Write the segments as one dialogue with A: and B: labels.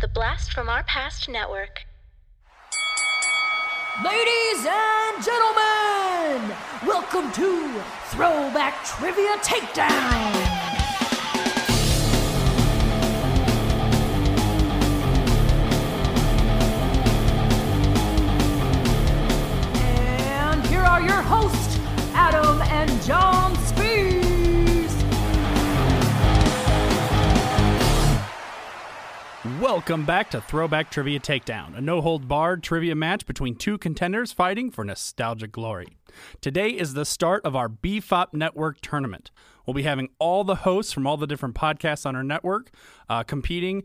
A: The Blast from Our Past Network.
B: Ladies and gentlemen, welcome to Throwback Trivia Takedown. And here are your hosts, Adam and John Spees.
C: Welcome back to Throwback Trivia Takedown, a no hold barred trivia match between two contenders fighting for nostalgic glory. Today is the start of our BFOP Network tournament. We'll be having all the hosts from all the different podcasts on our network uh, competing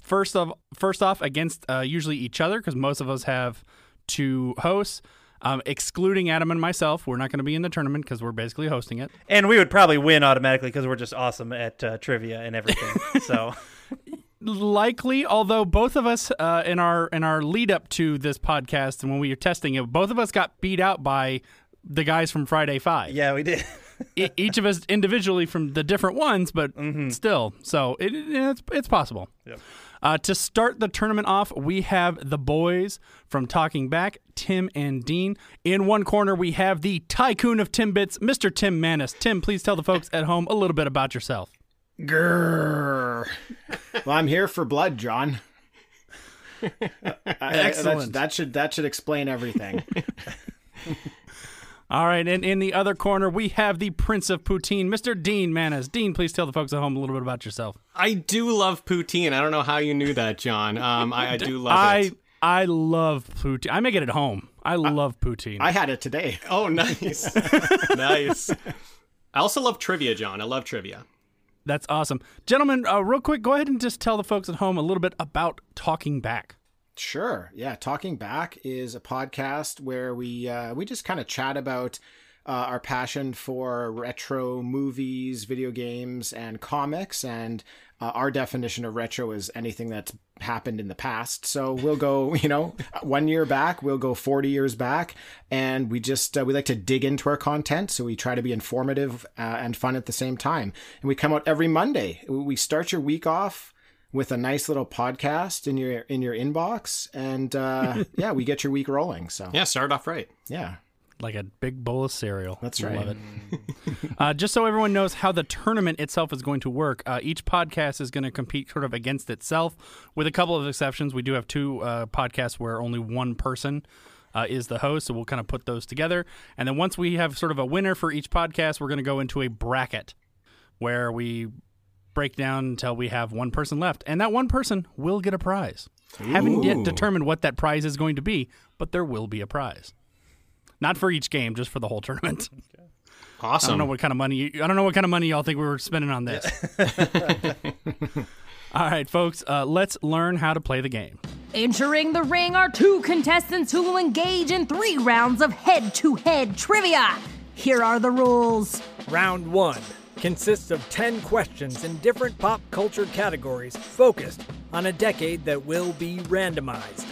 C: first of first off against uh, usually each other because most of us have two hosts. Um, excluding Adam and myself, we're not going to be in the tournament because we're basically hosting it.
D: And we would probably win automatically because we're just awesome at uh, trivia and everything. so
C: likely although both of us uh, in our in our lead up to this podcast and when we were testing it both of us got beat out by the guys from friday five
D: yeah, we did.
C: E- each of us individually from the different ones but still so it, it's, it's possible uh, to start the tournament off we have the boys from talking back tim and dean in one corner we have the tycoon of timbits mr tim manis tim please tell the folks at home a little bit about yourself
E: Grrr. well, I'm here for blood, John. Uh,
C: Excellent.
E: That, that should that should explain everything.
C: All right, and in the other corner we have the Prince of Poutine, Mr. Dean Manis. Dean, please tell the folks at home a little bit about yourself.
F: I do love poutine. I don't know how you knew that, John. Um, I, I do love
C: I
F: it.
C: I love poutine. I make it at home. I love poutine.
E: I had it today.
F: Oh, nice, nice. I also love trivia, John. I love trivia.
C: That's awesome, gentlemen. Uh, real quick, go ahead and just tell the folks at home a little bit about talking back.
E: Sure. Yeah, Talking Back is a podcast where we uh, we just kind of chat about uh, our passion for retro movies, video games, and comics, and uh, our definition of retro is anything that's happened in the past. So we'll go, you know, one year back, we'll go forty years back, and we just uh, we like to dig into our content, so we try to be informative uh, and fun at the same time. And we come out every Monday. We start your week off with a nice little podcast in your in your inbox and uh yeah we get your week rolling so
F: Yeah, started off right.
E: yeah
C: Like a big bowl of cereal.
E: That's
C: I
E: right.
C: Love it. uh, just so everyone knows how the tournament itself is going to work, uh, each podcast is going to compete sort of against itself, with a couple of exceptions. We do have two uh, podcasts where only one person uh, is the host, so we'll kind of put those together. And then once we have sort of a winner for each podcast, we're going to go into a bracket where we break down until we have one person left, and that one person will get a prize. Haven't yet determined what that prize is going to be, but there will be a prize. Not for each game, just for the whole tournament. I
F: Awesome.
C: don't know what kind of money. I don't know what kind of money y'all think we were spending on this. All right, folks, uh, let's learn how to play the game.
B: Entering the ring are two contestants who will engage in three rounds of head to head trivia. Here are the rules.
G: Round 1 consists of 10 questions in different pop culture categories focused on a decade that will be randomized.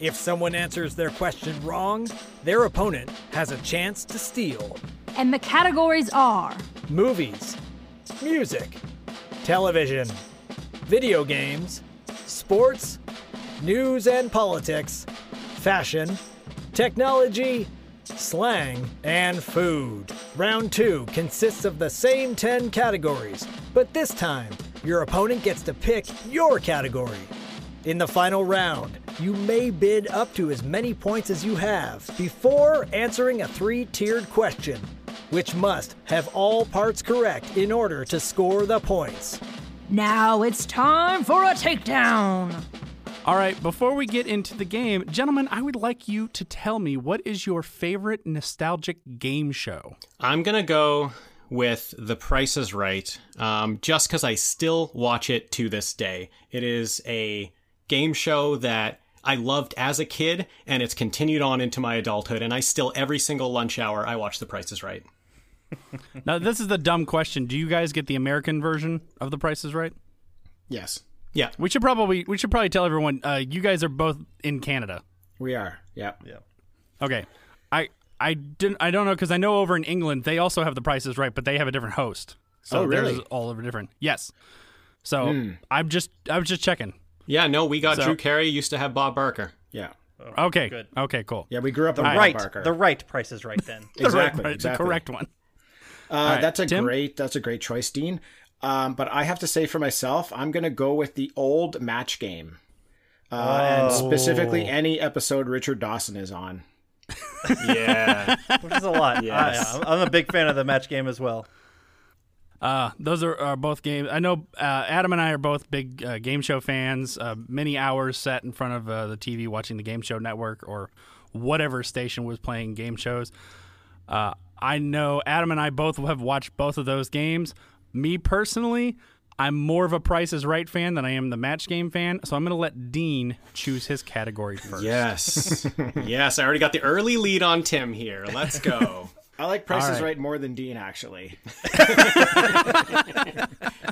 G: If someone answers their question wrong, their opponent has a chance to steal.
B: And the categories are
G: Movies, music, television, video games, sports, news and politics, fashion, technology, slang, and food. Round two consists of the same 10 categories, but this time, your opponent gets to pick your category. In the final round, you may bid up to as many points as you have before answering a three tiered question, which must have all parts correct in order to score the points.
B: Now It's Time for a Takedown.
C: All right, before we get into the game, gentlemen, I would like you to tell me what is your favorite nostalgic game show.
F: I'm gonna go with The Price Is Right, um, just because I still watch it to this day. It is a game show that I loved as a kid, and it's continued on into my adulthood. And I still every single lunch hour I watch The Price Is Right.
C: Now, this is the dumb question. Do you guys get the American version of The Price Is Right?
E: yes
F: Yeah,
C: We should probably we should probably tell everyone. Uh, you guys are both in Canada.
E: we are yeah
C: Okay, I I didn't I don't know because I know over in England they also have the prices right, but they have a different host. So
E: Oh, really? Hmm.
C: theirs is all over different. Yes. So I'm just I was just checking.
F: Yeah, no, we got
C: So-
F: Drew Carey. Used to have Bob Barker.
E: Yeah.
C: Okay.
D: Good.
C: Okay. Cool.
E: Yeah, we grew up on Bob
D: right,
E: Barker.
D: the right price is right then.
C: The right-
E: exactly,
C: right, The
E: exactly.
C: correct one.
E: Uh,
C: right,
E: that's a
C: Tim?
E: great that's a great choice, Dean. Um, but I have to say for myself, I'm gonna go with the old match game, uh,
C: Oh.
E: and specifically any episode Richard Dawson is on.
F: Yeah.
D: which is a lot.
F: Yes.
D: I, I'm a big fan of the match game as well.
C: Uh, those are, are both games. I know uh, Adam and I are both big uh, game show fans. Uh, many hours sat in front of uh, the TV watching the game show network or whatever station was playing game shows. Uh, I know Adam and I both have watched both of those games. Me personally, I'm more of a Price is Right fan than I am the match game fan, so I'm going to let Dean choose his category first.
F: yes. yes. I already got the early lead on Tim here. Let's go.
E: I like Price
C: All
E: is
C: right.
E: Right more than Dean actually.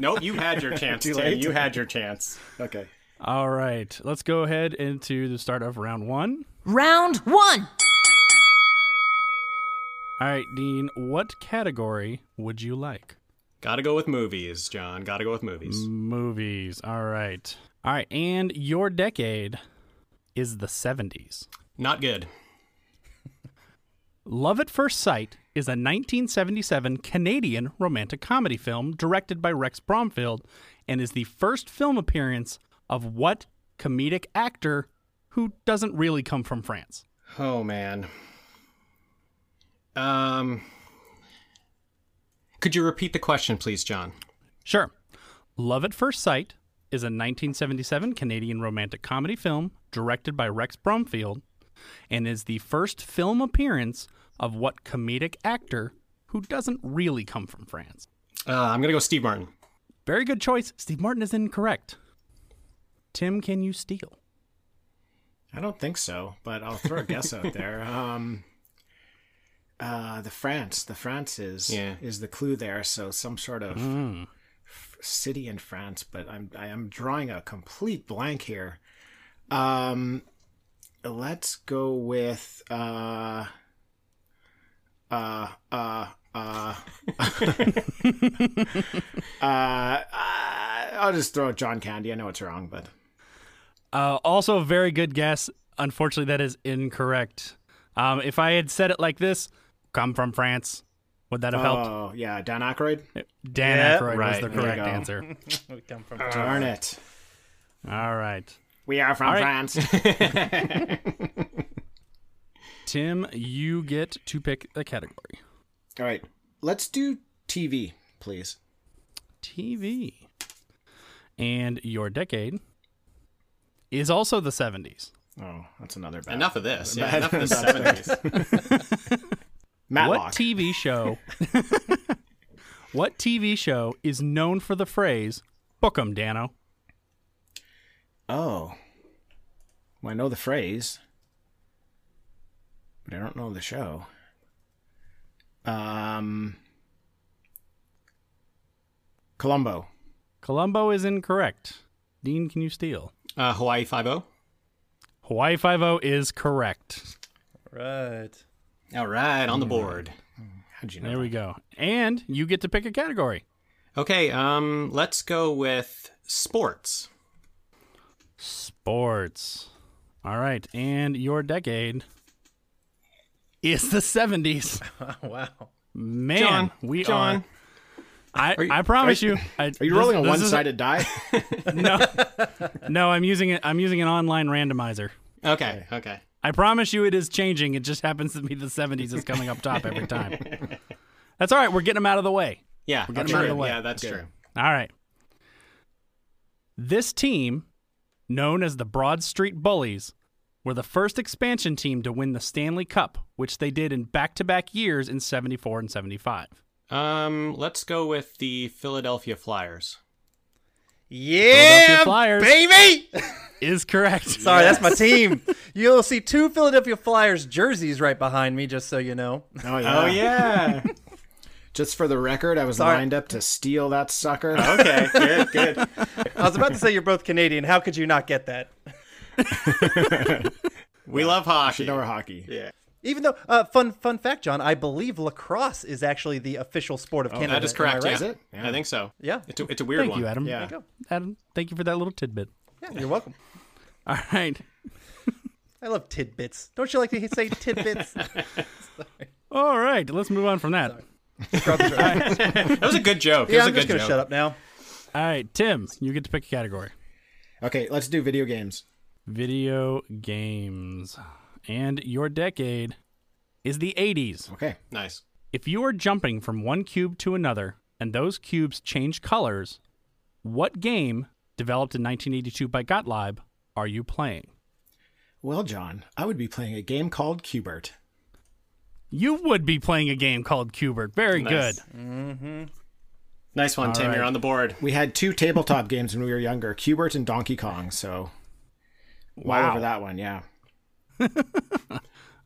F: nope, you had your chance,
E: Too
F: Tim.
E: late.
F: You had your chance.
E: Okay.
C: All right, let's go ahead into the start of round one.
B: Round one.
C: All right, Dean, what category would you like?
F: Gotta go with movies, John. Gotta go with movies.
C: Mm. Movies. All right. All right. And your decade is the 70s.
F: Not good.
C: Love at First Sight is a 1977 Canadian romantic comedy film directed by Rex Bromfield and is the first film appearance of what comedic actor who doesn't really come from France?
F: Oh man. Um Could you repeat the question please, John?
C: Sure. Love at First Sight is a 1977 Canadian romantic comedy film directed by Rex Bromfield and is the first film appearance of what comedic actor who doesn't really come from France?
F: Uh, I'm going to go Steve Martin.
C: Very good choice. Steve Martin is incorrect. Tim, can you steal?
E: I don't think so, but I'll throw a guess out there. Um, uh, the France, the France is
F: Yeah.
E: is the clue there. So some sort of
C: Hmm.
E: f- city in France, but I'm I am drawing a complete blank here. Um, let's go with uh, uh, uh, uh. uh, I'll just throw out John Candy. I know it's wrong, but
C: Uh, also, a very good guess. Unfortunately, that is incorrect. Um, if I had said it like this, come from France, would that have helped?
E: oh yeah, Dan Aykroyd.
C: Dan
D: yeah,
C: Aykroyd
F: right.
C: was
F: There
C: the
F: you
C: correct
E: go.
C: answer.
D: We come from.
F: Uh-huh.
E: Darn it.
C: All right.
E: We are from
C: All right.
E: France.
C: Tim, you get to pick a category.
E: All right. Let's do TV, please.
C: TV. And your decade is also the 70s.
E: Oh, that's another bad.
F: Enough of this. Yeah, enough of the 70s.
E: Matlock.
C: What TV show? what TV show is known for the phrase "Book 'em, Dano"?
E: oh. Well, I know the phrase, but I don't know the show. Um. Columbo.
C: Columbo is incorrect. Dean, can you steal?
F: Uh, Hawaii 50.
C: Hawaii Five-O is correct.
D: Right.
F: All right, on the board.
E: Hmm, How'd you know?
C: There we go. And you get to pick a category.
F: Okay, um let's go with sports.
C: Sports. All right, and your decade is the 70s.
D: Wow.
C: Man,
F: John,
C: we
F: John.
C: are. I,
F: Are you-
C: I promise you. I,
E: Are you
C: this-
E: rolling a
C: this is-
E: one-sided die?
C: No, no. I'm using it. I'm using an online randomizer.
F: Okay, okay.
C: I promise you, it is changing. It just happens to be the 70s is coming up top every time. That's all right. We're getting them out of the way.
F: Yeah,
C: getting
F: true.
C: out of the way.
F: Yeah, that's
E: Okay.
F: true.
C: All right. This team, known as the Broad Street Bullies, were the first expansion team to win the Stanley Cup, which they did in back-to-back years in 74 and 75.
F: Um let's go with the Philadelphia Flyers.
D: Yeah,
C: Flyers.
D: baby.
C: Is correct.
D: Sorry, that's my team. You'll see two Philadelphia Flyers jerseys right behind me, just so you know.
E: Oh
F: Uh,
E: yeah.
F: yeah.
E: Just for the record, I was
D: Sorry.
E: lined up to steal that sucker.
F: okay, good, good.
D: I was about to say you're both Canadian. How could you not get that?
F: We love hockey.
E: Or hockey.
D: Even though, uh, fun fun fact, John, I believe lacrosse is actually the official sport of Canada.
F: Oh, That is
D: Am I
F: correct.
D: right?
F: Yeah.
E: Is it? Yeah.
F: I think so.
D: Yeah.
F: It's a, it's a weird
C: Thank
F: one.
C: you, Adam.
E: Yeah.
C: Adam, thank you for that little tidbit.
D: Yeah, you're welcome.
C: All right.
D: I love tidbits. Don't you like to say tidbits?
C: All right. Let's move on from that.
D: Drop the drum.
F: That was a good joke.
D: yeah,
F: it was
D: I'm
F: a
D: just
F: good
D: gonna
F: joke.
D: shut up now.
C: All right, Tim, you get to pick a category.
E: Okay, let's do video games.
C: Video games. And your decade is the 80s.
E: Okay.
F: Nice.
C: If you are jumping from one cube to another and those cubes change colors, what game developed in 1982 by Gottlieb are you playing?
E: Well, John, I would be playing a game called Cubert.
C: You would be playing a game called Cubert. Very
F: Nice.
C: good.
F: Mm-hmm. Nice one, Tim.
C: right.
F: You're on the board.
E: We had two tabletop games when we were younger, Cubert and Donkey Kong, so wow over that one, yeah.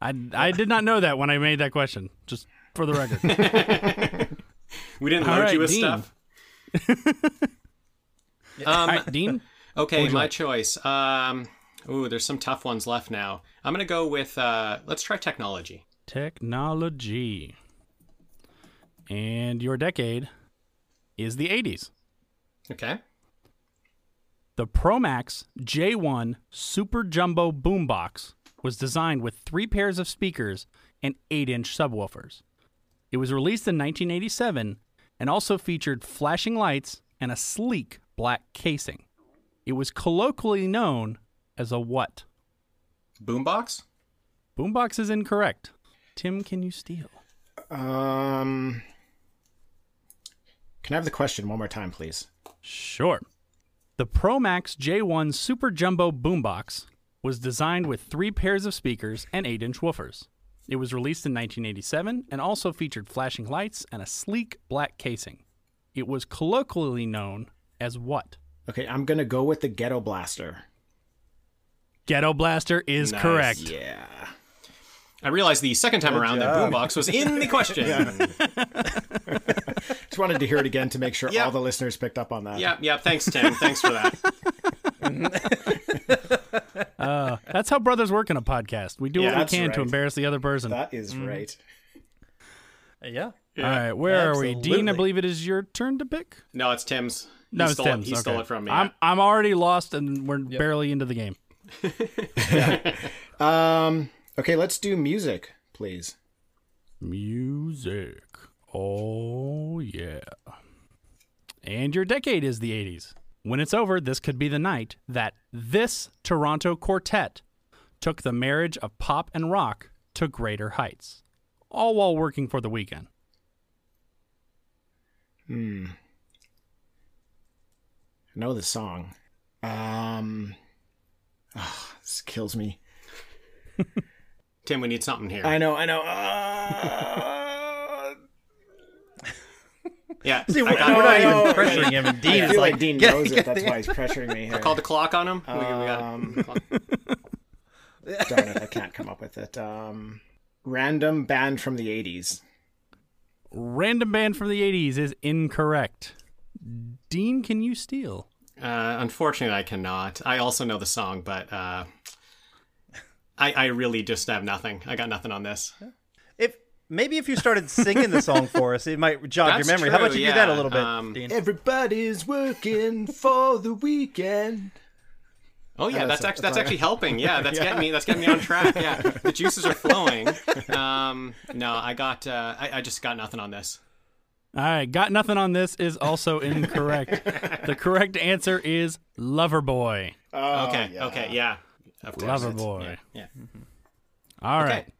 C: I, I did not know that when I made that question, just for the record.
F: We didn't
C: All
F: load
C: right,
F: you with
C: Dean.
F: stuff. um,
C: All right, Dean?
F: Okay, my choice. Um, ooh, there's some tough ones left now. I'm gonna go with. Uh, let's try technology.
C: Technology. And your decade is the 80s.
F: Okay.
C: The Promax J1 Super Jumbo Boombox was designed with three pairs of speakers and 8 inch subwoofers. It was released in 1987 and also featured flashing lights and a sleek black casing. It was colloquially known as a what?
F: Boombox.
C: Boombox is incorrect. Tim, can you steal?
E: Um Can I have the question one more time, please?
C: Sure. The ProMax J1 Super Jumbo Boombox was designed with three pairs of speakers and 8 inch woofers. It was released in 1987 and also featured flashing lights and a sleek black casing. It was colloquially known as what?
E: Okay, I'm gonna go with the Ghetto Blaster.
C: Ghetto Blaster is
F: Nice.
C: correct.
E: Yeah.
F: I realized the second time around that boombox was in the question. yeah.
E: Just wanted to hear it again to make sure
F: Yeah.
E: all the listeners picked up on that.
F: yeah, Thanks, Tim. Thanks for that.
C: That's how brothers work in a podcast. We do
E: Yeah,
C: what we
E: that's
C: can to
E: right.
C: embarrass the other person.
E: That is right.
D: Yeah.
C: All right, where are we? Dean, I
D: absolutely.
C: believe it is your turn to pick.
F: No, it's Tim's. He
C: No, it's
F: stole
C: Tim's.
F: It. He
C: okay.
F: stole it from me.
C: I'm, I'm already lost and we're barely into the game.
E: Um okay, let's do music, please.
C: Music. Oh, yeah. And your decade is the 80s. When it's over, this could be the night that this Toronto quartet took the marriage of pop and rock to greater heights, all while working for the weekend.
E: Hmm. I know the song. Um. ah, this kills me.
F: Tim, we need something here.
E: I know, I know. Uh,
F: yeah.
D: See,
F: I
D: we're,
F: got
D: we're not
F: it.
E: no,
D: even
E: no.
D: pressuring him. and Dean
E: I
D: is
E: feel
D: like,
E: like Dean
D: get-
E: knows it.
D: get
E: That's
D: the-
E: why he's pressuring me here.
F: Called the clock on him. We- we got-
E: um, darn it, I can't come up with it. Um, random band from the 80s.
C: Random Band from the 80s is incorrect. Dean, can you steal?
F: Uh, unfortunately, I cannot. I also know the song, but uh, I, I really just have nothing. I got nothing on this.
D: If maybe if you started singing the song for us, it might jog
F: That's
D: your memory. How about
F: true,
D: you do that a
F: yeah.
D: little bit,
F: Um,
D: Dean?
E: Everybody's working for the weekend.
F: Oh yeah, that's
E: that's-
F: actually, that's actually helping. Yeah, that's getting me. That's getting me on track. Yeah, the juices are flowing. Um, no, I got. Uh, I, I just got nothing on this.
C: All right, got nothing on this is also incorrect. the correct answer is Loverboy.
E: Oh,
F: okay. Okay. Yeah. Of course.
C: Loverboy.
F: Yeah.
C: All right.
F: Okay.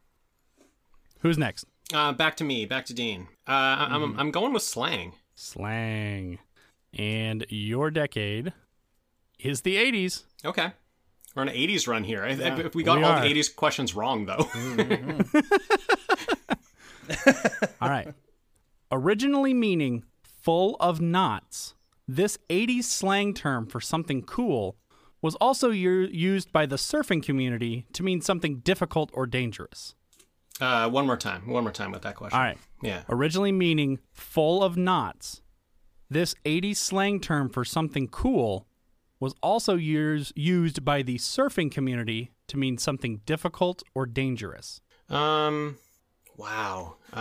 C: Who's next?
F: Uh, back to me. Back to Dean. Uh, I- I'm
E: Mm-hmm.
F: I'm going with slang.
C: slang. And your decade is the 80s.
F: Okay. We're on an '80s run here. I, I, we got
C: We
F: all
C: are.
F: the '80s questions wrong though.
E: Mm-hmm.
C: All right. Originally meaning full of knots, this 80s slang term for something cool was also u- used by the surfing community to mean something difficult or dangerous.
F: uh, one more time. One more time with that question.
C: All right.
F: Yeah.
C: Originally meaning full of knots, this 80s slang term for something cool was also years used by the surfing community to mean something difficult or dangerous.
F: Um. Wow. Uh,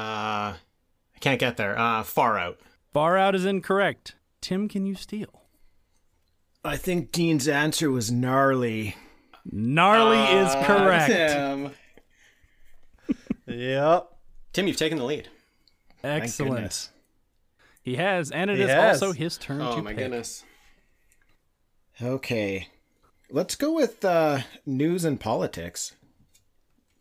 F: I can't get there. Uh, far out.
C: Far out is incorrect. Tim, can you steal?
E: I think Dean's answer was gnarly.
C: Gnarly
F: Ah,
C: is correct.
F: Tim.
D: Yep.
F: Tim, you've taken the lead. Thank
C: Excellent.
F: goodness.
C: He has, and it
D: He
C: is
D: has.
C: also his turn
F: Oh
C: to
F: my
C: pick.
F: goodness.
E: Okay. Let's go with uh, news and politics.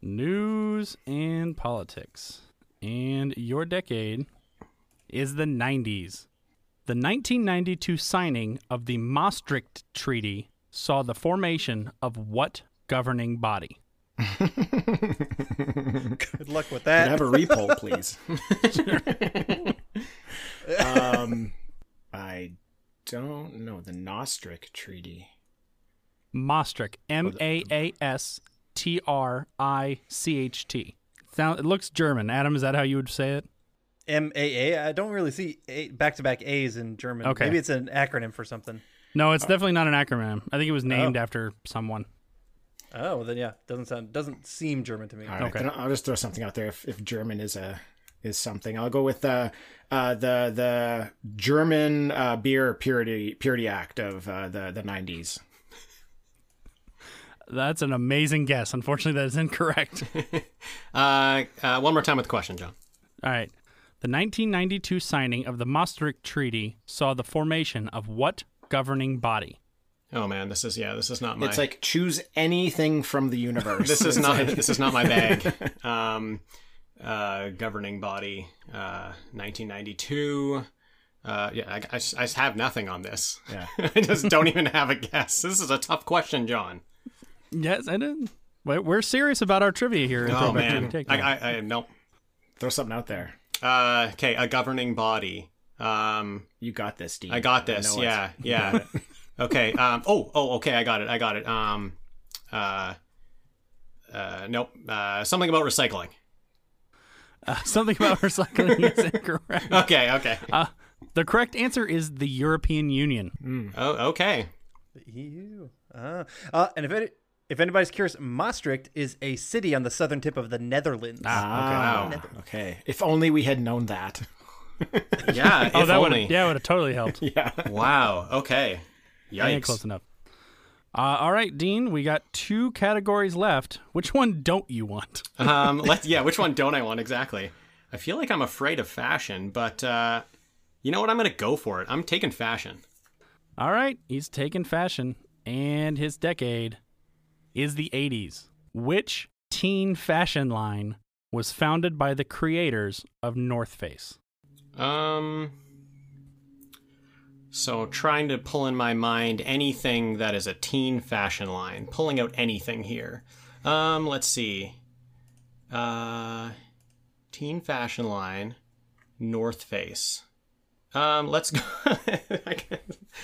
C: News and politics. And your decade is the 90s. The 1992 signing of the Maastricht Treaty saw the formation of what governing body?
D: Good luck with
E: Can I
D: that.
E: have a repoll, please? um, I don't know. The Nostric Treaty.
C: Maastricht. M A A S T R I C H T. Sound it looks German. Adam, is that how you would say it?
D: M A A. I don't really see back to back A's in German.
C: Okay.
D: Maybe it's an acronym for something.
C: No, it's definitely not an acronym. I think it was named after someone.
D: Oh, well, then yeah, doesn't sound doesn't seem German to me.
E: All right.
C: Okay.
E: then I'll just throw something out there. If, if German is a is something, I'll go with the uh, the the German uh, beer purity purity act of uh, the the nineties.
C: That's an amazing guess. Unfortunately, that is incorrect.
F: Uh, uh, one more time with the question, John.
C: All right. The 1992 signing of the Maastricht Treaty saw the formation of what governing body?
F: Oh man, this is yeah, this is not my.
E: It's like choose anything from the universe.
F: this is not this is not my bag. Um, uh, governing body, uh, 1992. Uh, yeah, I, I s- I s- have nothing on this.
E: Yeah.
F: I just don't even have a guess. This is a tough question, John.
C: Yes, I did. Wait, We're serious about our trivia here. in
F: Oh
C: Throwback
F: man,
C: Trivia Takedown.
F: I, I, I nope.
E: throw something out there.
F: Uh, okay, a governing body. Um,
E: You got this, Dean.
F: I got this.
E: know it's-
F: yeah, yeah. okay. Um. Oh. Oh. Okay. I got it. I got it. Um. Uh. Uh. Nope. Uh. Something about recycling.
C: Uh, something about recycling is incorrect.
F: Okay. Okay.
C: Uh, the correct answer is the European Union.
F: oh. Okay.
D: The EU. Ah. Uh, and if it, if anybody's curious, Maastricht is a city on the southern tip of the Netherlands.
E: Ah, okay. If only we had known that.
F: Yeah.
C: Oh,
F: if
C: that would
F: only.
C: have yeah, would have totally helped.
F: Wow. Okay.
C: Yeah,
F: Yikes.
C: close enough. Uh, all right, Dean, we got two categories left. Which one don't you want?
F: um. Let's. Yeah. Which one don't I want exactly? I feel like I'm afraid of fashion, but uh, you know what? I'm gonna go for it. I'm taking fashion.
C: All right, he's taking fashion, and his decade is the 80s. Which teen fashion line was founded by the creators of North Face?
F: Um. So trying to pull in my mind anything that is a teen fashion line, pulling out anything here. Um, let's see. Uh, teen fashion line, North Face. Um, let's go. I can't-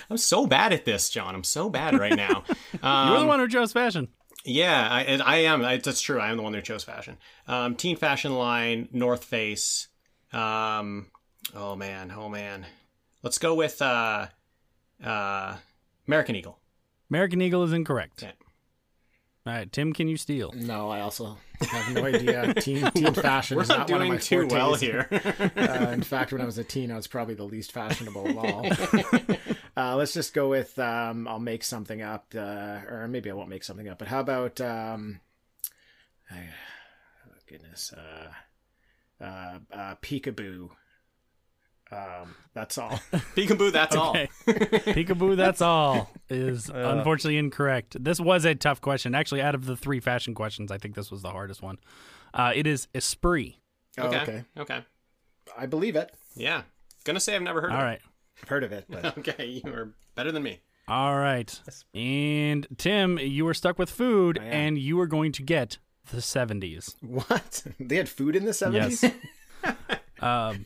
F: I'm so bad at this, John. I'm so bad right now. Um,
C: You're the one who chose fashion.
F: yeah, I, and I am. I, that's true. I am the one who chose fashion. Um, teen fashion line, North Face. Um, oh man, oh man. Let's go with uh, uh, American Eagle.
C: American Eagle is incorrect.
F: Yeah.
C: All right, Tim, can you steal?
E: No, I also have no idea. Teen, teen fashion
F: We're
E: is
F: not
E: not one of
F: doing
E: my
F: too well
E: fortes.
F: here.
E: Uh, in fact, when I was a teen, I was probably the least fashionable of all. uh, let's just go with um, I'll make something up, uh, or maybe I won't make something up. But how about um, I- oh, goodness, uh, uh, uh, peekaboo. Um, that's all.
F: Peekaboo. That's all.
C: Okay. Peekaboo, that's all, is
F: Uh,
C: unfortunately incorrect. This was a tough question. Actually, out of the three fashion questions, I think this was the hardest one. Uh, it is Esprit.
E: Oh,
F: Okay.
E: okay.
F: Okay.
E: I believe it.
F: Yeah. Gonna say I've never heard
C: All
F: of
C: right.
E: I've heard of it, but
F: it. Okay, you are better than me.
C: All right. And Tim, you were stuck with food and you were going to get the 70s.
E: what? They had food in the seventies.
C: um,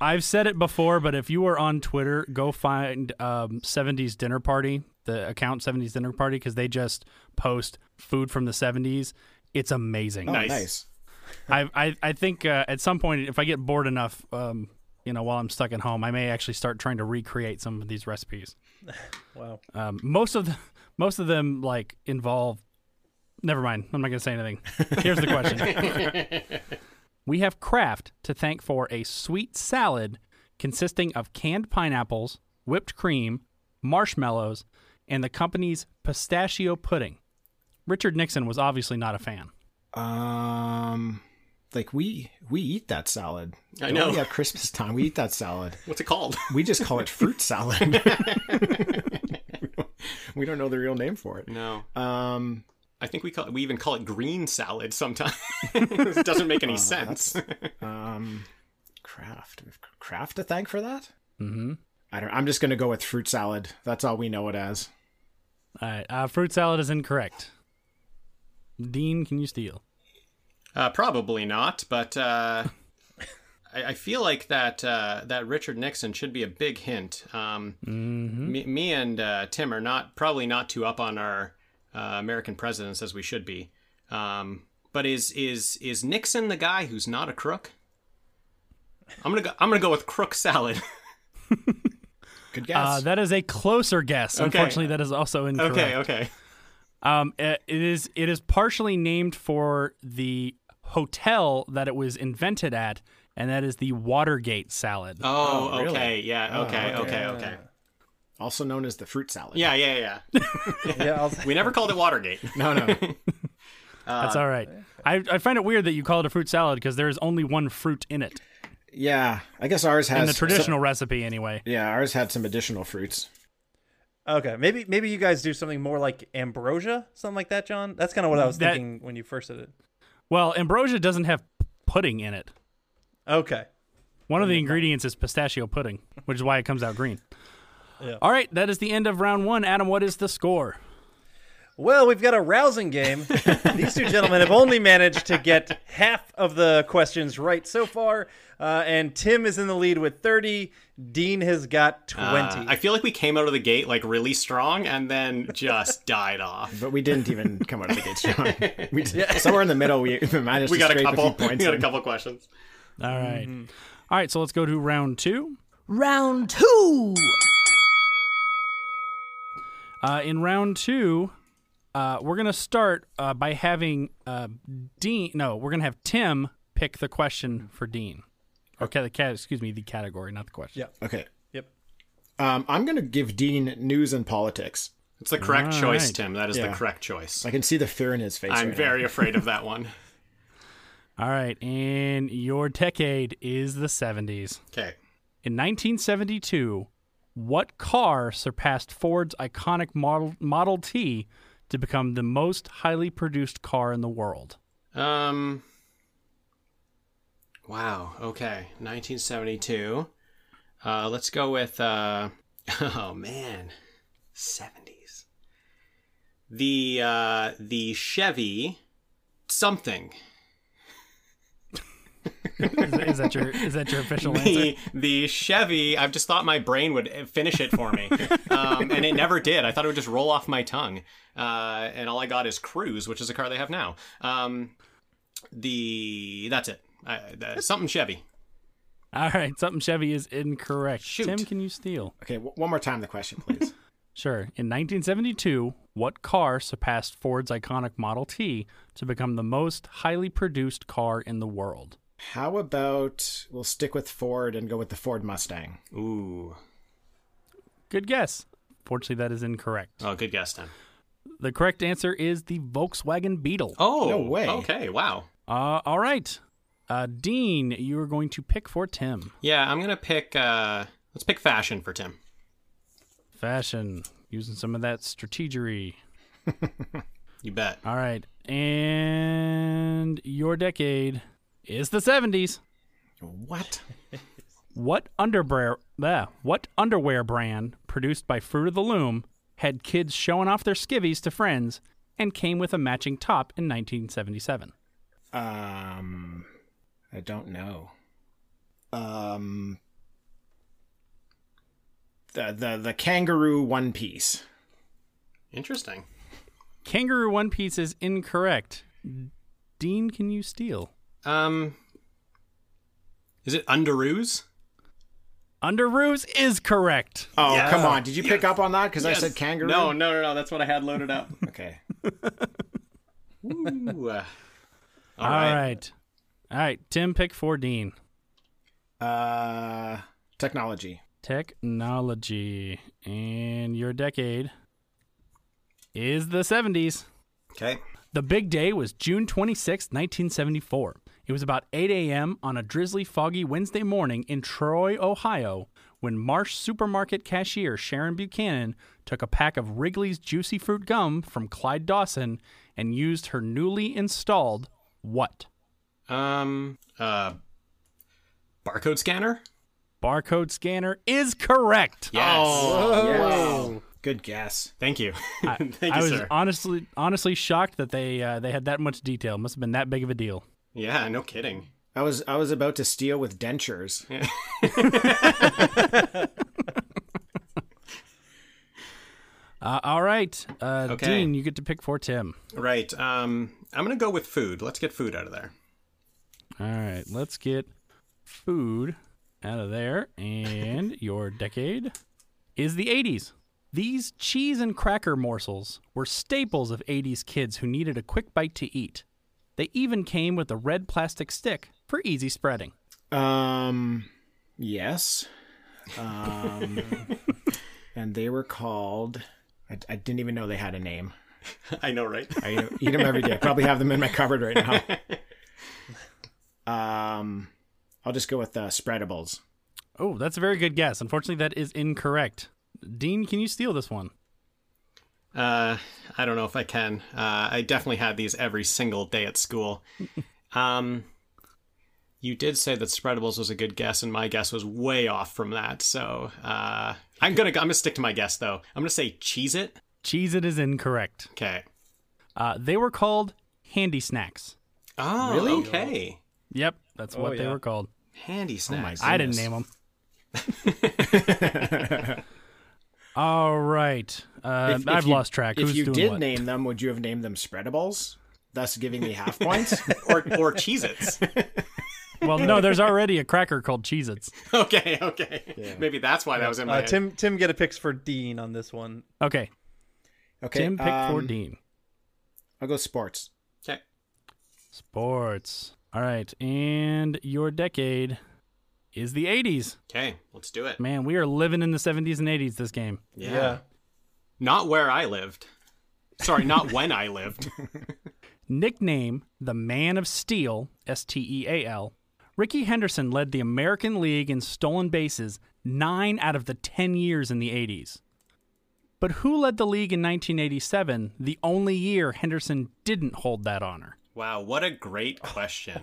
C: I've said it before, but if you are on Twitter, go find um, 70s Dinner Party, the account 70s Dinner Party, because they just post food from the 70s. It's amazing.
E: Oh,
F: Nice.
E: nice.
C: I, I, I think uh, at some point, if I get bored enough, um, you know, while I'm stuck at home, I may actually start trying to recreate some of these recipes.
D: Wow.
C: Um, most of the, most of them like involve. Never mind. I'm not going to say anything. Here's the question. we have Kraft to thank for a sweet salad consisting of canned pineapples, whipped cream, marshmallows, and the company's pistachio pudding. Richard Nixon was obviously not a fan.
E: Um, like we we eat that salad.
F: I
E: Don't
F: know.
E: we at Christmas time we eat that salad.
F: What's it called?
E: We just call it fruit salad. we don't know the real name for it.
F: no.
E: Um,
F: I think we call we even call it green salad sometimes. it doesn't make
C: Oh,
F: any sense.
E: um, Kraft. We've got Kraft to thank for that.
C: Mm-hmm.
E: I don't. I'm just gonna go with fruit salad. That's all we know it as.
C: All right, uh, fruit salad is incorrect. Dean, can you steal?
F: Uh, probably not, but uh, I, I feel like that uh, that Richard Nixon should be a big hint. Um, me, me and uh, Tim are not probably not too up on our uh, American presidents as we should be. Um, but is is is Nixon the guy who's not a crook? I'm gonna go, I'm gonna go with crook salad.
E: Good guess.
C: Uh, that is a closer guess.
F: Okay.
C: Unfortunately, that is also incorrect.
F: okay, okay.
C: Um, it it is it is partially named for the hotel that it was invented at, and that is the Watergate salad.
F: Oh,
E: Oh, really?
F: okay, yeah, Oh, okay, okay, okay.
E: also known as the fruit salad.
F: Yeah, yeah, yeah.
D: Yeah, I'll,
F: We never called it Watergate.
E: No, no.
C: That's all right. I, I find it weird that you call it a fruit salad because there is only one fruit in it
E: yeah. I guess ours has
C: in the traditional recipe, anyway.
E: yeah, ours had some additional fruits.
D: okay, maybe maybe you guys do something more like ambrosia, something like that, John. That's kind of what I was
C: That-
D: thinking when you first said it.
C: Well, ambrosia doesn't have p- pudding in it.
D: Okay,
C: One of the ingredients is pistachio pudding, which is why it comes out green.
D: Yeah.
C: All right, that is the end of round one. Adam, what is the score?
D: Well, we've got a rousing game. These two gentlemen have only managed to get half of the questions right so far, uh, and Tim is in the lead with 30. Dean has got 20.
F: Uh, I feel like we came out of the gate like really strong and then just died off.
E: But we didn't even come out of the gate strong. We did, Somewhere in the middle, we managed
F: We
E: to
F: got a
E: scrape
F: couple.
E: few
F: We
E: points.
F: got a
E: in.
F: couple questions.
C: All right.
D: Mm-hmm.
C: All right, so let's go to round two.
B: Round two.
C: Uh, in round two, uh, we're going to start uh, by having uh, Dean. No, we're going to have Tim pick the question for Dean. Okay, the cat. Excuse me, the category, not the question.
D: Yeah.
E: Okay.
D: Yep.
E: Um, I'm going to give Dean news and politics.
F: It's the correct
C: All
F: choice,
C: right.
F: Tim. That is
E: Yeah.
F: the correct choice.
E: I can see the fear in his face.
F: I'm
E: right
F: very afraid of that one.
C: All right, and your decade is the 70s.
F: Okay.
C: In 1972, what car surpassed Ford's iconic Model, Model T to become the most highly produced car in the world?
F: Um. Wow. Okay. 1972. Uh, let's go with. Uh, oh man, 70s. The uh, the Chevy something.
C: Is, is that your is that your official answer?
F: the, the Chevy, I've just thought my brain would finish it for me. um, and it never did. I thought it would just roll off my tongue. Uh, and all I got is Cruise, which is a car they have now. Um, the That's it. I, the, something Chevy.
C: All right, something Chevy is incorrect.
F: Shoot.
C: Tim, can you steal?
E: Okay, w- one more time the question, please.
C: Sure. In 1972, what car surpassed Ford's iconic Model T to become the most highly produced car in the world?
E: How about we'll stick with Ford and go with the Ford Mustang?
F: Ooh.
C: Good guess. Fortunately, that is incorrect.
F: Oh, good guess, Tim.
C: The correct answer is the Volkswagen Beetle.
F: Oh,
E: No way.
F: Okay, wow.
C: Uh, all right. Uh, Dean, you are going to pick for Tim.
F: Yeah, I'm going to pick. Uh, let's pick fashion for Tim.
C: Fashion. Using some of that strategery.
F: You bet.
C: All right. And your decade is the 70s.
E: What?
C: What underwear, bleh, what underwear brand produced by Fruit of the Loom had kids showing off their skivvies to friends and came with a matching top in 1977?
E: Um, I don't know. Um, the the the kangaroo one piece.
F: Interesting.
C: Kangaroo One Piece is incorrect. Dean, can you steal?
F: Um, is it Underoos?
C: Underoos is correct.
E: Oh
F: Yes.
E: come on! Did you pick up on that? Because
F: Yes.
E: I said kangaroo.
F: No, no, no, no. That's what I had loaded up.
E: Okay.
F: Ooh, uh,
C: All right. All right. Tim, pick for Dean.
E: Uh, technology.
C: Technology. And your decade is the 70s.
H: Okay.
C: The big day was June 26, 1974. It was about 8 a.m. on a drizzly, foggy Wednesday morning in Troy, Ohio, when Marsh supermarket cashier Sharon Buchanan took a pack of Wrigley's Juicy Fruit Gum from Clyde Dawson and used her newly installed what?
F: Um, uh, barcode scanner?
C: Barcode scanner is correct.
F: Yes.
E: Good guess.
F: Thank you. Thank you,
C: I was
F: sir.
C: honestly honestly shocked that they uh, they had that much detail. Must have been that big of a deal.
F: Yeah, no kidding.
E: I was I was about to steal with dentures.
C: Uh, all right, uh,
F: Okay.
C: Dean, you get to pick for Tim.
F: Right. Um, I'm gonna go with food. Let's get food out of there.
C: All right, let's get food out of there. And your decade is the 80s. These cheese and cracker morsels were staples of 80s kids who needed a quick bite to eat. They even came with a red plastic stick for easy spreading.
E: Um, yes. Um, and they were called. I, I didn't even know they had a name.
F: I know, right?
E: I eat them every day. Probably have them in my cupboard right now. Um, I'll just go with uh, spreadables.
C: Oh, that's a very good guess. Unfortunately, that is incorrect. Dean, can you steal this one?
F: Uh, I don't know if I can. Uh, I definitely had these every single day at school. um, you did say that spreadables was a good guess, and my guess was way off from that. So, uh, I'm gonna I'm gonna stick to my guess though. I'm gonna say cheese it.
C: Cheese It is incorrect.
F: Okay.
C: Uh, they were called handy snacks.
F: Oh, really? Okay.
C: Yep, that's
E: Oh,
C: what they
D: yeah.
C: were called.
F: Handy snacks.
C: I didn't name them. All right, uh,
E: If- if
C: I've
E: you-
C: lost track.
E: If
C: Who's
E: you
C: doing
E: did
C: what?
E: name them, would you have named them spreadables? Thus giving me half points.
F: or or cheese its.
C: well, no, there's already a cracker called Cheez-Its.
F: okay. Okay. Maybe that's why that was in my
D: Uh,
F: head.
D: Tim Tim get a picks for Dean on this one.
C: Okay,
E: Okay,
C: Tim picked
E: um,
C: for Dean.
E: I'll go sports.
F: Okay.
C: Sports. All right, and your decade is the 80s.
F: Okay. Let's do it.
C: Man, we are living in the 70s and 80s this game.
F: Yeah.
D: Yeah.
F: Not where I lived. Sorry, not when I lived.
C: Nickname the Man of Steel, S T E A L, Ricky Henderson led the American League in stolen bases nine out of the 10 years in the 80s. But who led the league in 1987, the only year Henderson didn't hold that honor?
F: Wow, what a great question.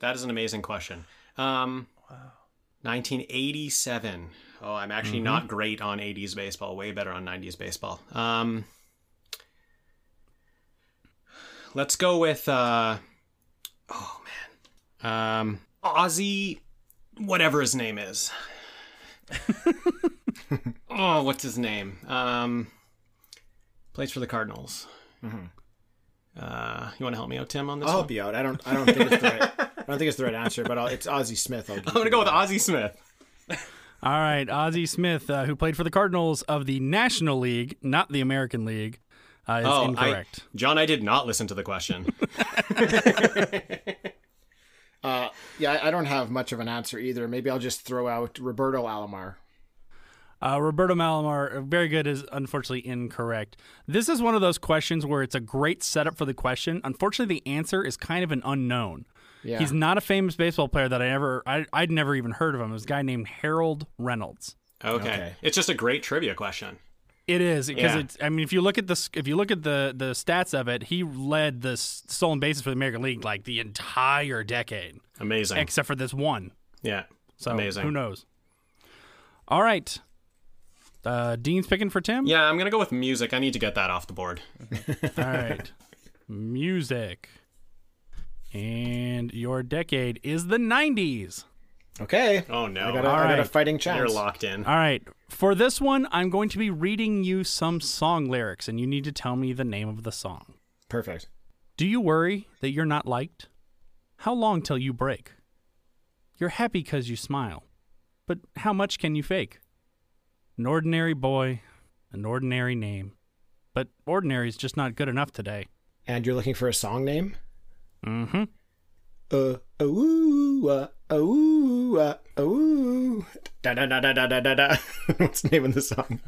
F: that is an amazing question. Um, 1987. Oh, I'm actually not great on 80s baseball. Way better on 90s baseball. Um, let's go with. Uh, oh man, um, Ozzy, whatever his name is. oh, what's his name? Um, plays for the Cardinals. Uh, you want to help me out, Tim, on this
E: I'll
F: one?
E: help you out. I don't. I don't think it's the right. I don't think it's the right answer. But I'll, it's Ozzy Smith. I'll give
F: I'm gonna go with Ozzy Smith.
C: All right, Ozzie Smith, uh, who played for the Cardinals of the National League, not the American League, uh, is
F: Oh, I-
C: incorrect.
F: John, I did not listen to the question.
E: Uh, yeah, I- I don't have much of an answer either. Maybe I'll just throw out Roberto Alomar.
C: Uh, Roberto Malamar, very good, is unfortunately incorrect. This is one of those questions where it's a great setup for the question. Unfortunately, the answer is kind of an unknown.
E: Yeah.
C: He's not a famous baseball player that I ever, I, I'd never even heard of him. It was a guy named Harold Reynolds.
F: Okay.
E: Okay.
F: It's just a great trivia question.
C: It is because
F: Yeah.
C: it's. I mean, if you look at this, if you look at the the stats of it, he led the s- stolen bases for the American League like the entire decade,
F: Amazing.
C: except for this one.
F: yeah.
C: So
F: Amazing.
C: who knows? All right, uh, Dean's picking for Tim.
F: Yeah, I'm gonna go with music. I need to get that off the board.
C: All right. Music. And your decade is the 90s.
E: Okay.
F: Oh no.
E: I got a, I got a
C: right.
E: fighting
F: You're
E: chance.
F: locked in.
C: All right. For this one, I'm going to be reading you some song lyrics, and you need to tell me the name of the song.
E: Perfect.
C: Do you worry that you're not liked? How long till you break? You're happy 'cause you smile, but how much can you fake? An ordinary boy, an ordinary name, but ordinary's just not good enough today.
E: And you're looking for a song name?
C: Mm hmm.
E: Uh, ooh, uh, ooh, uh, ooh. Da da da da da da da da. What's the name of the song?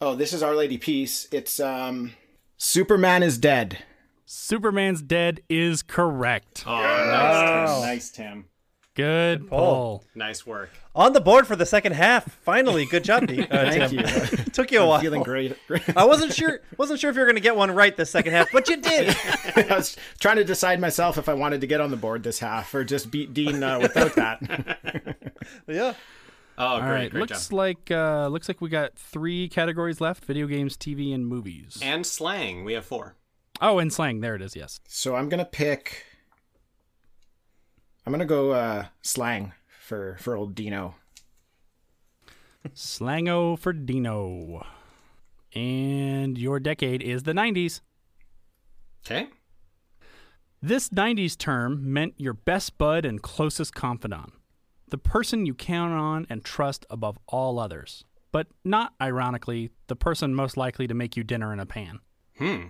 E: Oh, this is Our Lady Peace. It's um, Superman is dead.
C: Superman's Dead is correct.
F: Oh, nice, Tim. Nice, Tim.
C: Good pull.
F: Nice work.
D: On the board for the second half. Finally, good job, Pete. Uh,
E: Thank
D: Tim.
E: you.
D: Took you a while.
E: Feeling great. great.
D: I wasn't sure. Wasn't sure if you were going to get one right the second half, but you did.
E: I was trying to decide myself if I wanted to get on the board this half or just beat Dean uh, without that.
D: yeah.
F: Oh,
C: All
F: great,
C: right,
F: great
C: looks
F: job.
C: like uh, looks like we got three categories left: video games, TV, and movies.
F: And slang, we have four.
C: oh, and slang. There it is. Yes.
E: so I'm gonna pick. I'm gonna go uh, slang for for old Dino.
C: Slango for Dino. And your decade is the 90s.
F: Okay.
C: This 90s term meant your best bud and closest confidant, the person you count on and trust above all others, but not, ironically, the person most likely to make you dinner in a pan.
F: Hmm.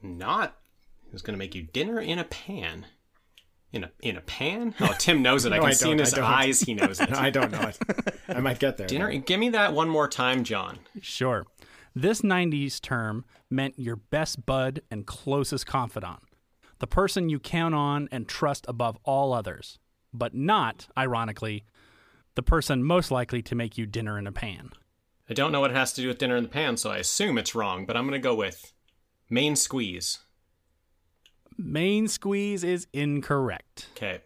F: Not. Who's going to make you dinner in a pan? In a in a pan? Oh, Tim knows it. I
E: No,
F: can
E: I
F: see in
E: don't,
F: his
E: I don't.
F: eyes he knows it.
E: I don't know. it. I might get there.
F: Dinner. Give me that one more time, John.
C: Sure. This 90s term meant your best bud and closest confidant, the person you count on and trust above all others, but not, ironically, the person most likely to make you dinner in a pan.
F: I don't know what it has to do with dinner in the pan, so I assume it's wrong. But I'm going to go with main squeeze.
C: Main squeeze is incorrect.
F: Okay.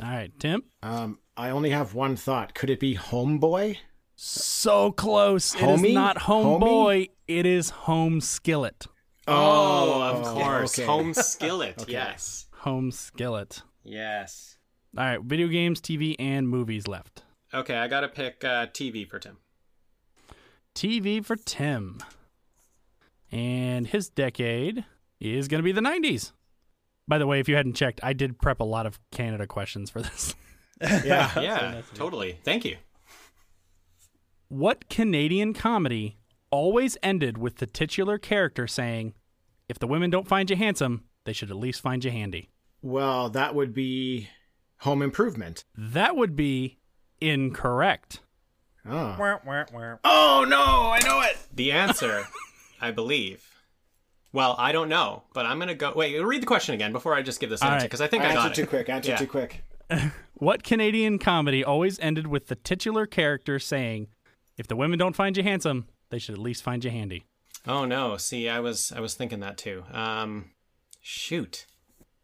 C: All right, Tim.
E: Um, I only have one thought. Could it be homeboy?
C: So close. It
E: Homie?
C: is not
E: Homie?
C: homeboy. It is home skillet.
F: Oh, of course.
E: okay.
F: Home skillet. Yes.
C: Home skillet.
F: Yes.
C: All right, video games, TV, and movies left.
F: Okay, I got to pick uh, TV for Tim.
C: TV for Tim. And his decade is going to be the 90s. By the way, if you hadn't checked, I did prep a lot of Canada questions for this.
E: Yeah.
F: Yeah, totally. Thank you.
C: What Canadian comedy always ended with the titular character saying, If the women don't find you handsome, they should at least find you handy?
E: well, that would be home improvement.
C: That would be incorrect.
E: Oh.
D: Wah, wah, wah.
E: Oh no, I know it.
F: The answer, I believe. Well, I don't know, but I'm gonna go. Wait, read the question again before I just give this
C: All
F: answer
C: right.
F: because I think I,
E: answered
F: got
E: too
F: it.
E: quick. Answered
F: Yeah.
E: too quick.
C: What Canadian comedy always ended with the titular character saying, If the women don't find you handsome, they should at least find you handy?
F: Oh no! See, I was I was thinking that too. Um, shoot.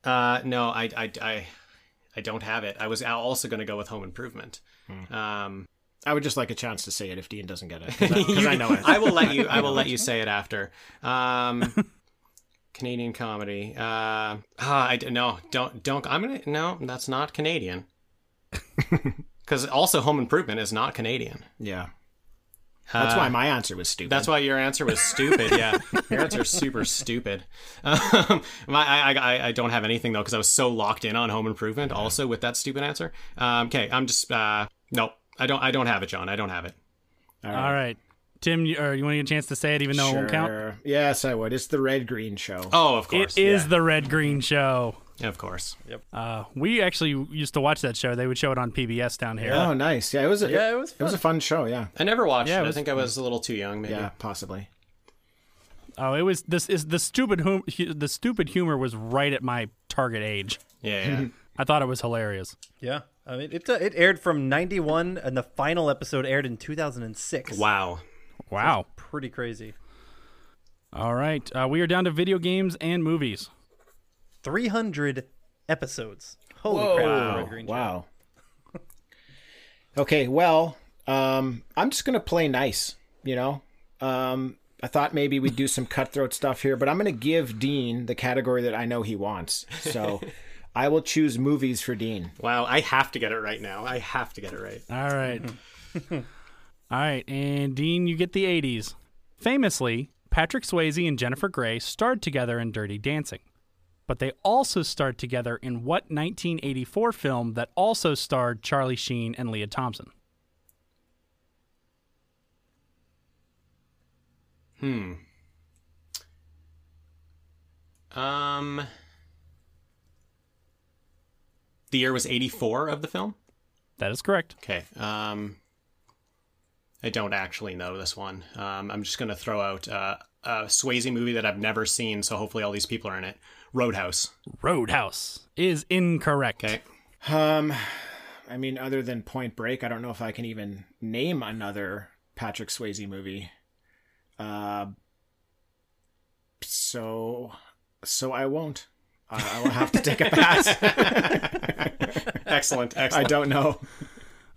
F: Uh, no, I I I, I don't have it. I was al- also gonna go with Home Improvement. Um,
E: I would just like a chance to say it if Dean doesn't get it because I, know it.
F: I will let you. I will let you say it after. Um, Canadian comedy. Uh, ah, I d- no, don't don't. I'm gonna no. That's not Canadian. Because also Home Improvement is not Canadian.
E: Yeah, that's
F: Uh,
E: why my answer was stupid.
F: That's why your answer was stupid. Yeah, your answer's super stupid. Um, my, I, I, I don't have anything though because I was so locked in on Home Improvement. Also with that stupid answer. Um, okay, I'm just uh, no. I don't. I don't have it, John. I don't have it.
C: All right. Tim, you, or you want to get a chance to say it even though it won't count?
E: Sure. Yes, I would. It's the Red Green Show.
F: Oh, of
C: It
F: course.
C: is the Red Green Show.
F: yeah, of course.
C: Uh, we actually used to watch that show. They would show it on PBS down here.
E: Oh, nice. Yeah, it was. A,
D: Yeah, it was
E: a fun show. Yeah,
F: I never watched
C: Yeah,
F: it.
C: it
F: I
C: was-
F: think I was a little too young. Maybe.
E: yeah, possibly.
C: Oh, it was this is the stupid hum- hu- the stupid humor was right at my target age.
F: Yeah, yeah.
C: I thought it was hilarious.
D: Yeah. I mean, it uh, it aired from '91, and the final episode aired in 2006.
F: wow.
C: Wow.
D: Pretty crazy.
C: All right. Uh, we are down to video games and movies.
D: 300 episodes. Holy crap! Red Green Show.
E: Wow. okay, well, um, I'm just gonna play nice. You know, um, I thought maybe we'd do some cutthroat stuff here, but I'm gonna give Dean the category that I know he wants. So. I will choose movies for Dean.
F: Wow. I have to get it right now. I have to get it right.
C: All right. All right. And Dean, you get the 80s. Famously, Patrick Swayze and Jennifer Grey starred together in Dirty Dancing. But they also starred together in what 1984 film that also starred Charlie Sheen and Leah Thompson?
F: Hmm. Um. The year was 84 of the film?
C: That is correct.
F: Okay. Um I don't actually know this one. Um, I'm just going to throw out uh, a Swayze movie that I've never seen, so hopefully all these people are in it. Roadhouse.
C: Roadhouse is incorrect.
F: Okay.
E: Um, I mean, other than Point Break, I don't know if I can even name another Patrick Swayze movie. Uh, so, so I won't. I, I will have to take a pass.
F: Excellent.
E: I
F: Excellent.
E: don't know.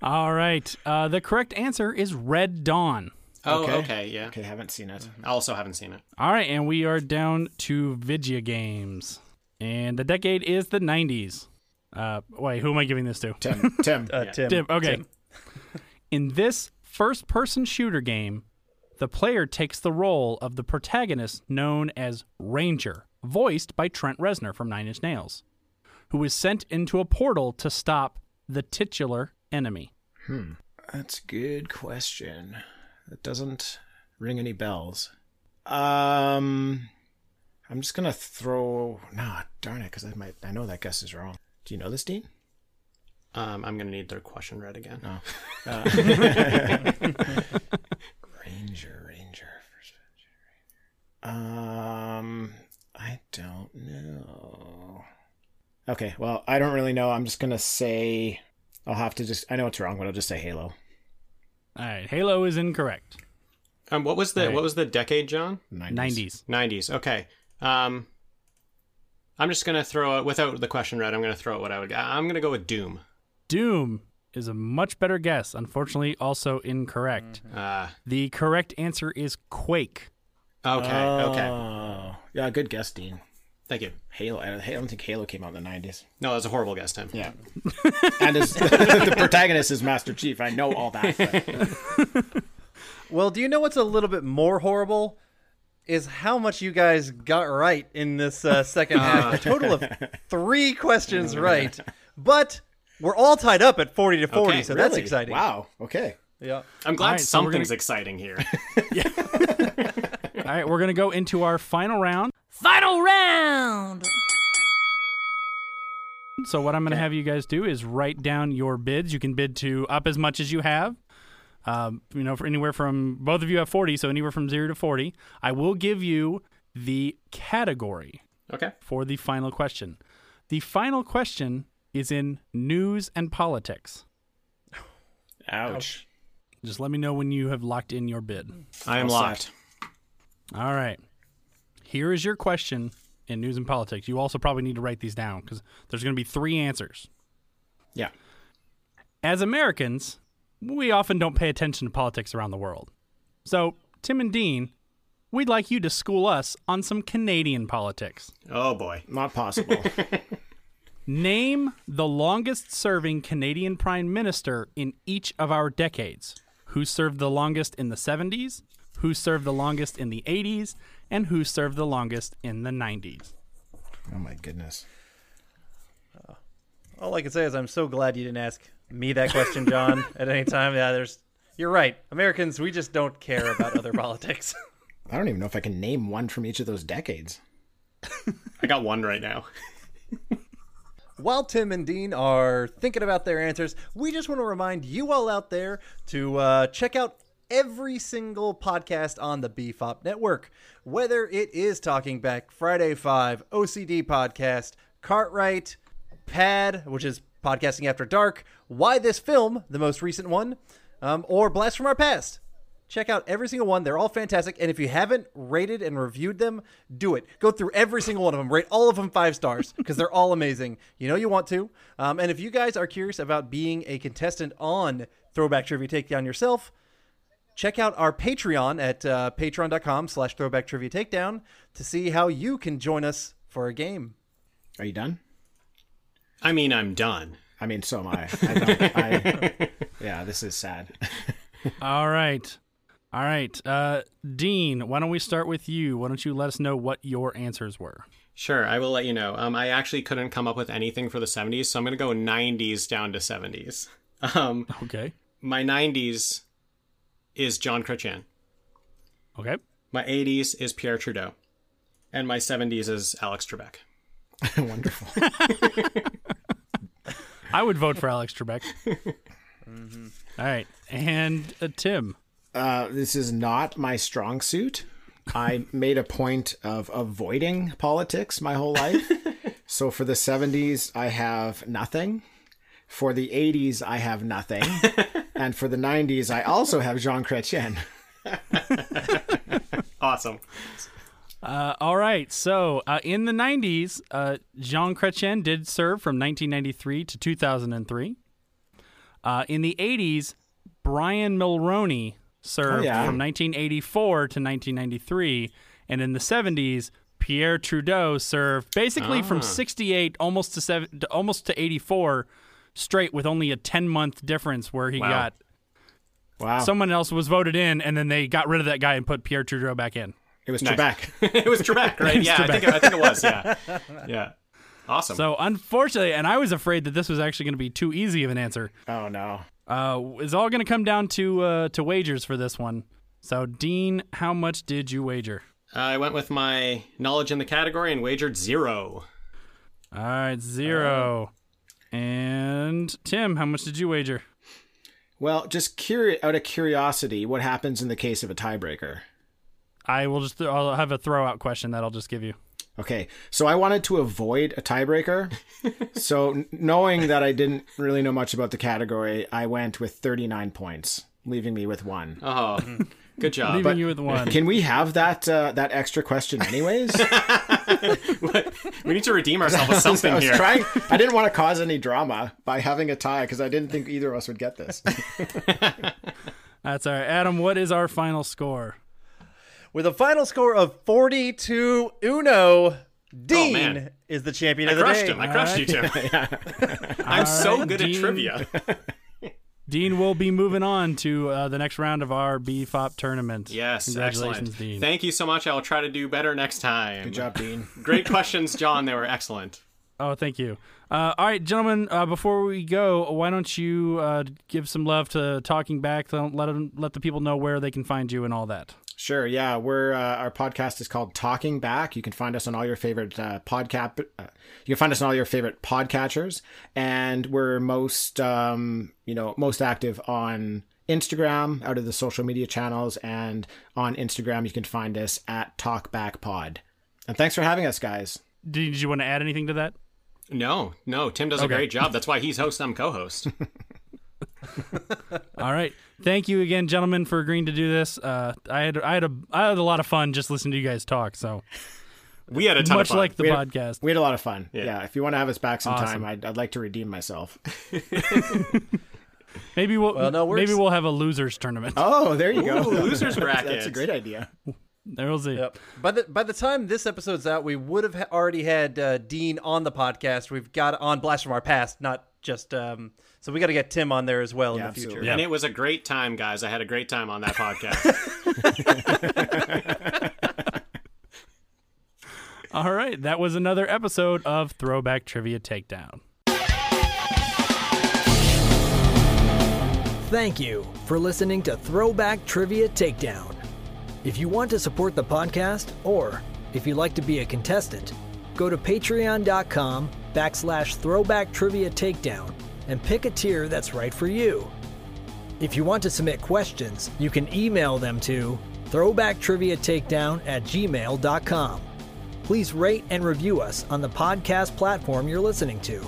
C: All right. Uh, the correct answer is Red Dawn.
F: oh, okay.
E: okay.
F: yeah.
E: Okay, haven't seen it.
F: I also haven't seen it.
C: All right, and we are down to video games, and the decade is the '90s. Uh, wait, who am I giving this to?
E: Tim, Um, Tim,
D: Uh, Tim.
C: Dib, okay. In this first person shooter game, the player takes the role of the protagonist known as Ranger, voiced by Trent Reznor from Nine Inch Nails, who is sent into a portal to stop the titular enemy.
E: That's a good question. That doesn't ring any bells. Um, I'm just gonna throw. Nah, darn it, because I might. I know that guess is wrong. Do you know this, Dean? Oh.
F: Um, I'm going to need their question read again. Uh,
E: Ranger, Ranger, first Ranger, Ranger. Um, I don't know. Okay, well, I don't really know. I'm just gonna say. I'll have to just. I know it's wrong, but I'll just say Halo.
C: All right, Halo is incorrect.
F: Um, what was the what was the decade, John?
C: 90s.
F: 90s. Okay. Um, I'm just going to throw out, without the question read, I'm going to throw out what I would, I- I'm going to go with Doom.
C: Doom is a much better guess, unfortunately, also incorrect.
D: Mm-hmm.
F: Uh,
C: The correct answer is Quake.
F: okay. Okay.
E: Oh, yeah, good guess, Dean.
F: Thank you.
E: Halo. I don't I don't think Halo came out in the 90s.
F: No, that was a horrible guess, Tim.
E: Yeah. and his, the protagonist is Master Chief. I know all that. but-
D: Well, do you know what's a little bit more horrible? Is how much you guys got right in this uh, second
E: Ah.
D: half. A total of three questions right, but we're all tied up at 40 to 40,
F: Okay,
D: so that's
E: Really?
D: exciting.
E: Wow. Okay.
D: Yeah.
F: I'm glad
C: All right, so we're
F: something's
C: gonna-
F: exciting here.
C: All right, we're going to go into our final round.
B: Final round!
C: So what I'm going to have you guys do is write down your bids. You can bid to up as much as you have. Um, you know, for anywhere from both of you have 40, so anywhere from zero to 40. I will give you the category
F: okay.
C: for the final question. The final question is in news and politics.
E: Ouch.
C: Just let me know when you have locked in your bid.
F: I am
E: All
F: locked.
E: set.
C: All right. Here is your question in news and politics. You also probably need to write these down because there's going to be three answers.
E: Yeah.
C: As Americans, we often don't pay attention to politics around the world. So, Tim and Dean, we'd like you to school us on some Canadian politics.
F: Oh boy.
E: Not possible.
C: Name the longest serving Canadian prime minister in each of our decades. Who served the longest in the 70s? Who served the longest in the 80s? And who served the longest in the 90s?
E: oh my goodness.
D: All I can say is I'm so glad you didn't ask me that question, John, at any time. Yeah, there's. You're right. Americans, we just don't care about other politics.
E: I don't even know if I can name one from each of those decades.
F: I got one right now.
D: While Tim and Dean are thinking about their answers, we just want to remind you all out there to uh, check out every single podcast on the BFOP network. Whether it is Talking Back, Friday 5, OCD Podcast, Cartwright, Pad, which is Podcasting After Dark, Why This Film, the most recent one, um, or Blast from Our Past. Check out every single one. They're all fantastic. And if you haven't rated and reviewed them, do it. Go through every single one of them. Rate all of them five stars because they're all amazing. You know you want to. Um, and if you guys are curious about being a contestant on Throwback Trivia Takedown yourself, check out our Patreon at uh, patreon.com slash throwback trivia takedown to see how you can join us for a game.
E: Are you done?
F: I mean, I'm done.
E: I mean, so am I. I, don't, I yeah, this is sad.
C: All right. All right. Uh, Dean, why don't we start with you? Why don't you let us know what your answers were?
F: Sure, I will let you know. Um, I actually couldn't come up with anything for the 70s, so I'm going to go 90s down to 70s. Um,
C: Okay.
F: my 90s is John Critchan.
C: Okay.
F: My 80s is Pierre Trudeau. And my 70s is Alex Trebek.
E: Wonderful.
C: I would vote for Alex Trebek. All right. Mm-hmm. And uh, Tim.
E: uh, this is not my strong suit. I made a point of avoiding politics my whole life. so for the 70s, I have nothing. For the 80s, I have nothing. and for the 90s, I also have Jean Chrétien.
F: Awesome.
C: Uh, All right. So uh, in the 90s, uh, Jean Chrétien did serve from 1993 to 2003. Uh, in the 80s, Brian Mulroney served
E: Oh, yeah.
C: from 1984 to 1993. And in the 70s, Pierre Trudeau served basically
E: Ah.
C: from 68 almost to, seven, to almost to 84 straight with only a 10 month difference where he
F: Wow.
C: got
E: Wow.
C: someone else was voted in and then they got rid of that guy and put Pierre Trudeau back in.
E: it was
F: Nice.
E: Trebek.
F: it was Trebek, right? Yeah, I think, I think it was. Yeah. Yeah. Awesome.
C: So unfortunately, and I was afraid that this was actually going to be too easy of an answer.
E: Oh, no.
C: Uh, it's all going to come down to uh, to wagers for this one. So Dean, how much did you wager?
F: I went with my knowledge in the category and wagered zero.
C: All right, zero. and Tim, how much did you wager?
E: Well, just curi- out of curiosity, what happens in the case of a tiebreaker?
C: I will just th- I'll have a throw out question that I'll just give you.
E: Okay, so I wanted to avoid a tiebreaker. so n- knowing that I didn't really know much about the category, I went with 39 points, leaving me with one.
F: Oh, good job.
C: Leaving you with one.
E: Can we have that uh, that extra question anyways?
F: we need to redeem ourselves with something
E: I was
F: here.
E: trying. I didn't want to cause any drama by having a tie because I didn't think either of us would get this.
C: That's all right. Adam, what is our final score?
D: With a final score of 42 Uno, Dean
F: Oh, man.
D: is the champion
F: I
D: of the
F: crushed
D: day.
F: him. I crushed you, Tim. I'm so good at trivia.
C: Dean will be moving on to uh, the next round of our BFOP tournament.
F: Yes,
C: congratulations,
F: excellent.
C: Dean.
F: Thank you so much. I'll try to do better next time.
E: Good job, Dean.
F: Great questions, John. They were excellent.
C: Oh, thank you. Uh, all right, gentlemen. Uh, before we go, why don't you uh, give some love to Talking Back? Don't Let 'em- let the people know where they can find you and all that.
E: Sure. Yeah, we're uh, our podcast is called Talking Back. You can find us on all your favorite uh, podcast. Uh, you can find us on all your favorite podcatchers, and we're most um, you know most active on Instagram out of the social media channels, and on Instagram you can find us at Talkback Pod. And thanks for having us, guys.
C: Did, did you want to add anything to that?
F: No, no, Tim does a great job. That's why he's host. I'm co-host.
C: All right. Thank you again, gentlemen, for agreeing to do this. Uh, I had I had a I had a lot of fun just listening to you guys talk. So
F: We had a ton
C: much
F: of fun.
C: like the podcast.
E: We had a lot of fun. Yeah. if you want to have us back sometime, I'd, I'd like to redeem myself.
C: Maybe we'll,
D: no, we're
C: maybe
D: ex-
C: we'll have a losers tournament.
E: Oh, there you go.
F: Ooh, losers bracket.
E: That's a great idea.
C: There we'll see.
D: Yep. By the by the time this episode's out, we would have ha- already had uh, Dean on the podcast. We've got on Blast from Our Past, not just um, so we got to get Tim on there as well in the
E: absolutely.
D: future.
C: Yeah.
F: And it was a great time, guys. I had a great time on that podcast.
C: All right. That was another episode of Throwback Trivia Takedown.
G: Thank you for listening to Throwback Trivia Takedown. If you want to support the podcast, or if you'd like to be a contestant, go to patreon.com backslash throwback trivia takedown and pick a tier that's right for you. If you want to submit questions, you can email them to throwbacktriviatakedown at gmail.com. Please rate and review us on the podcast platform you're listening to.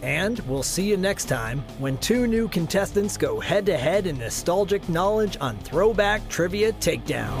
G: And we'll see you next time when two new contestants go head to head in nostalgic knowledge on Throwback Trivia Takedown.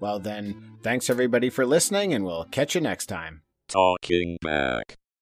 E: well then, thanks everybody for listening, and we'll catch you next time.
H: Talking back.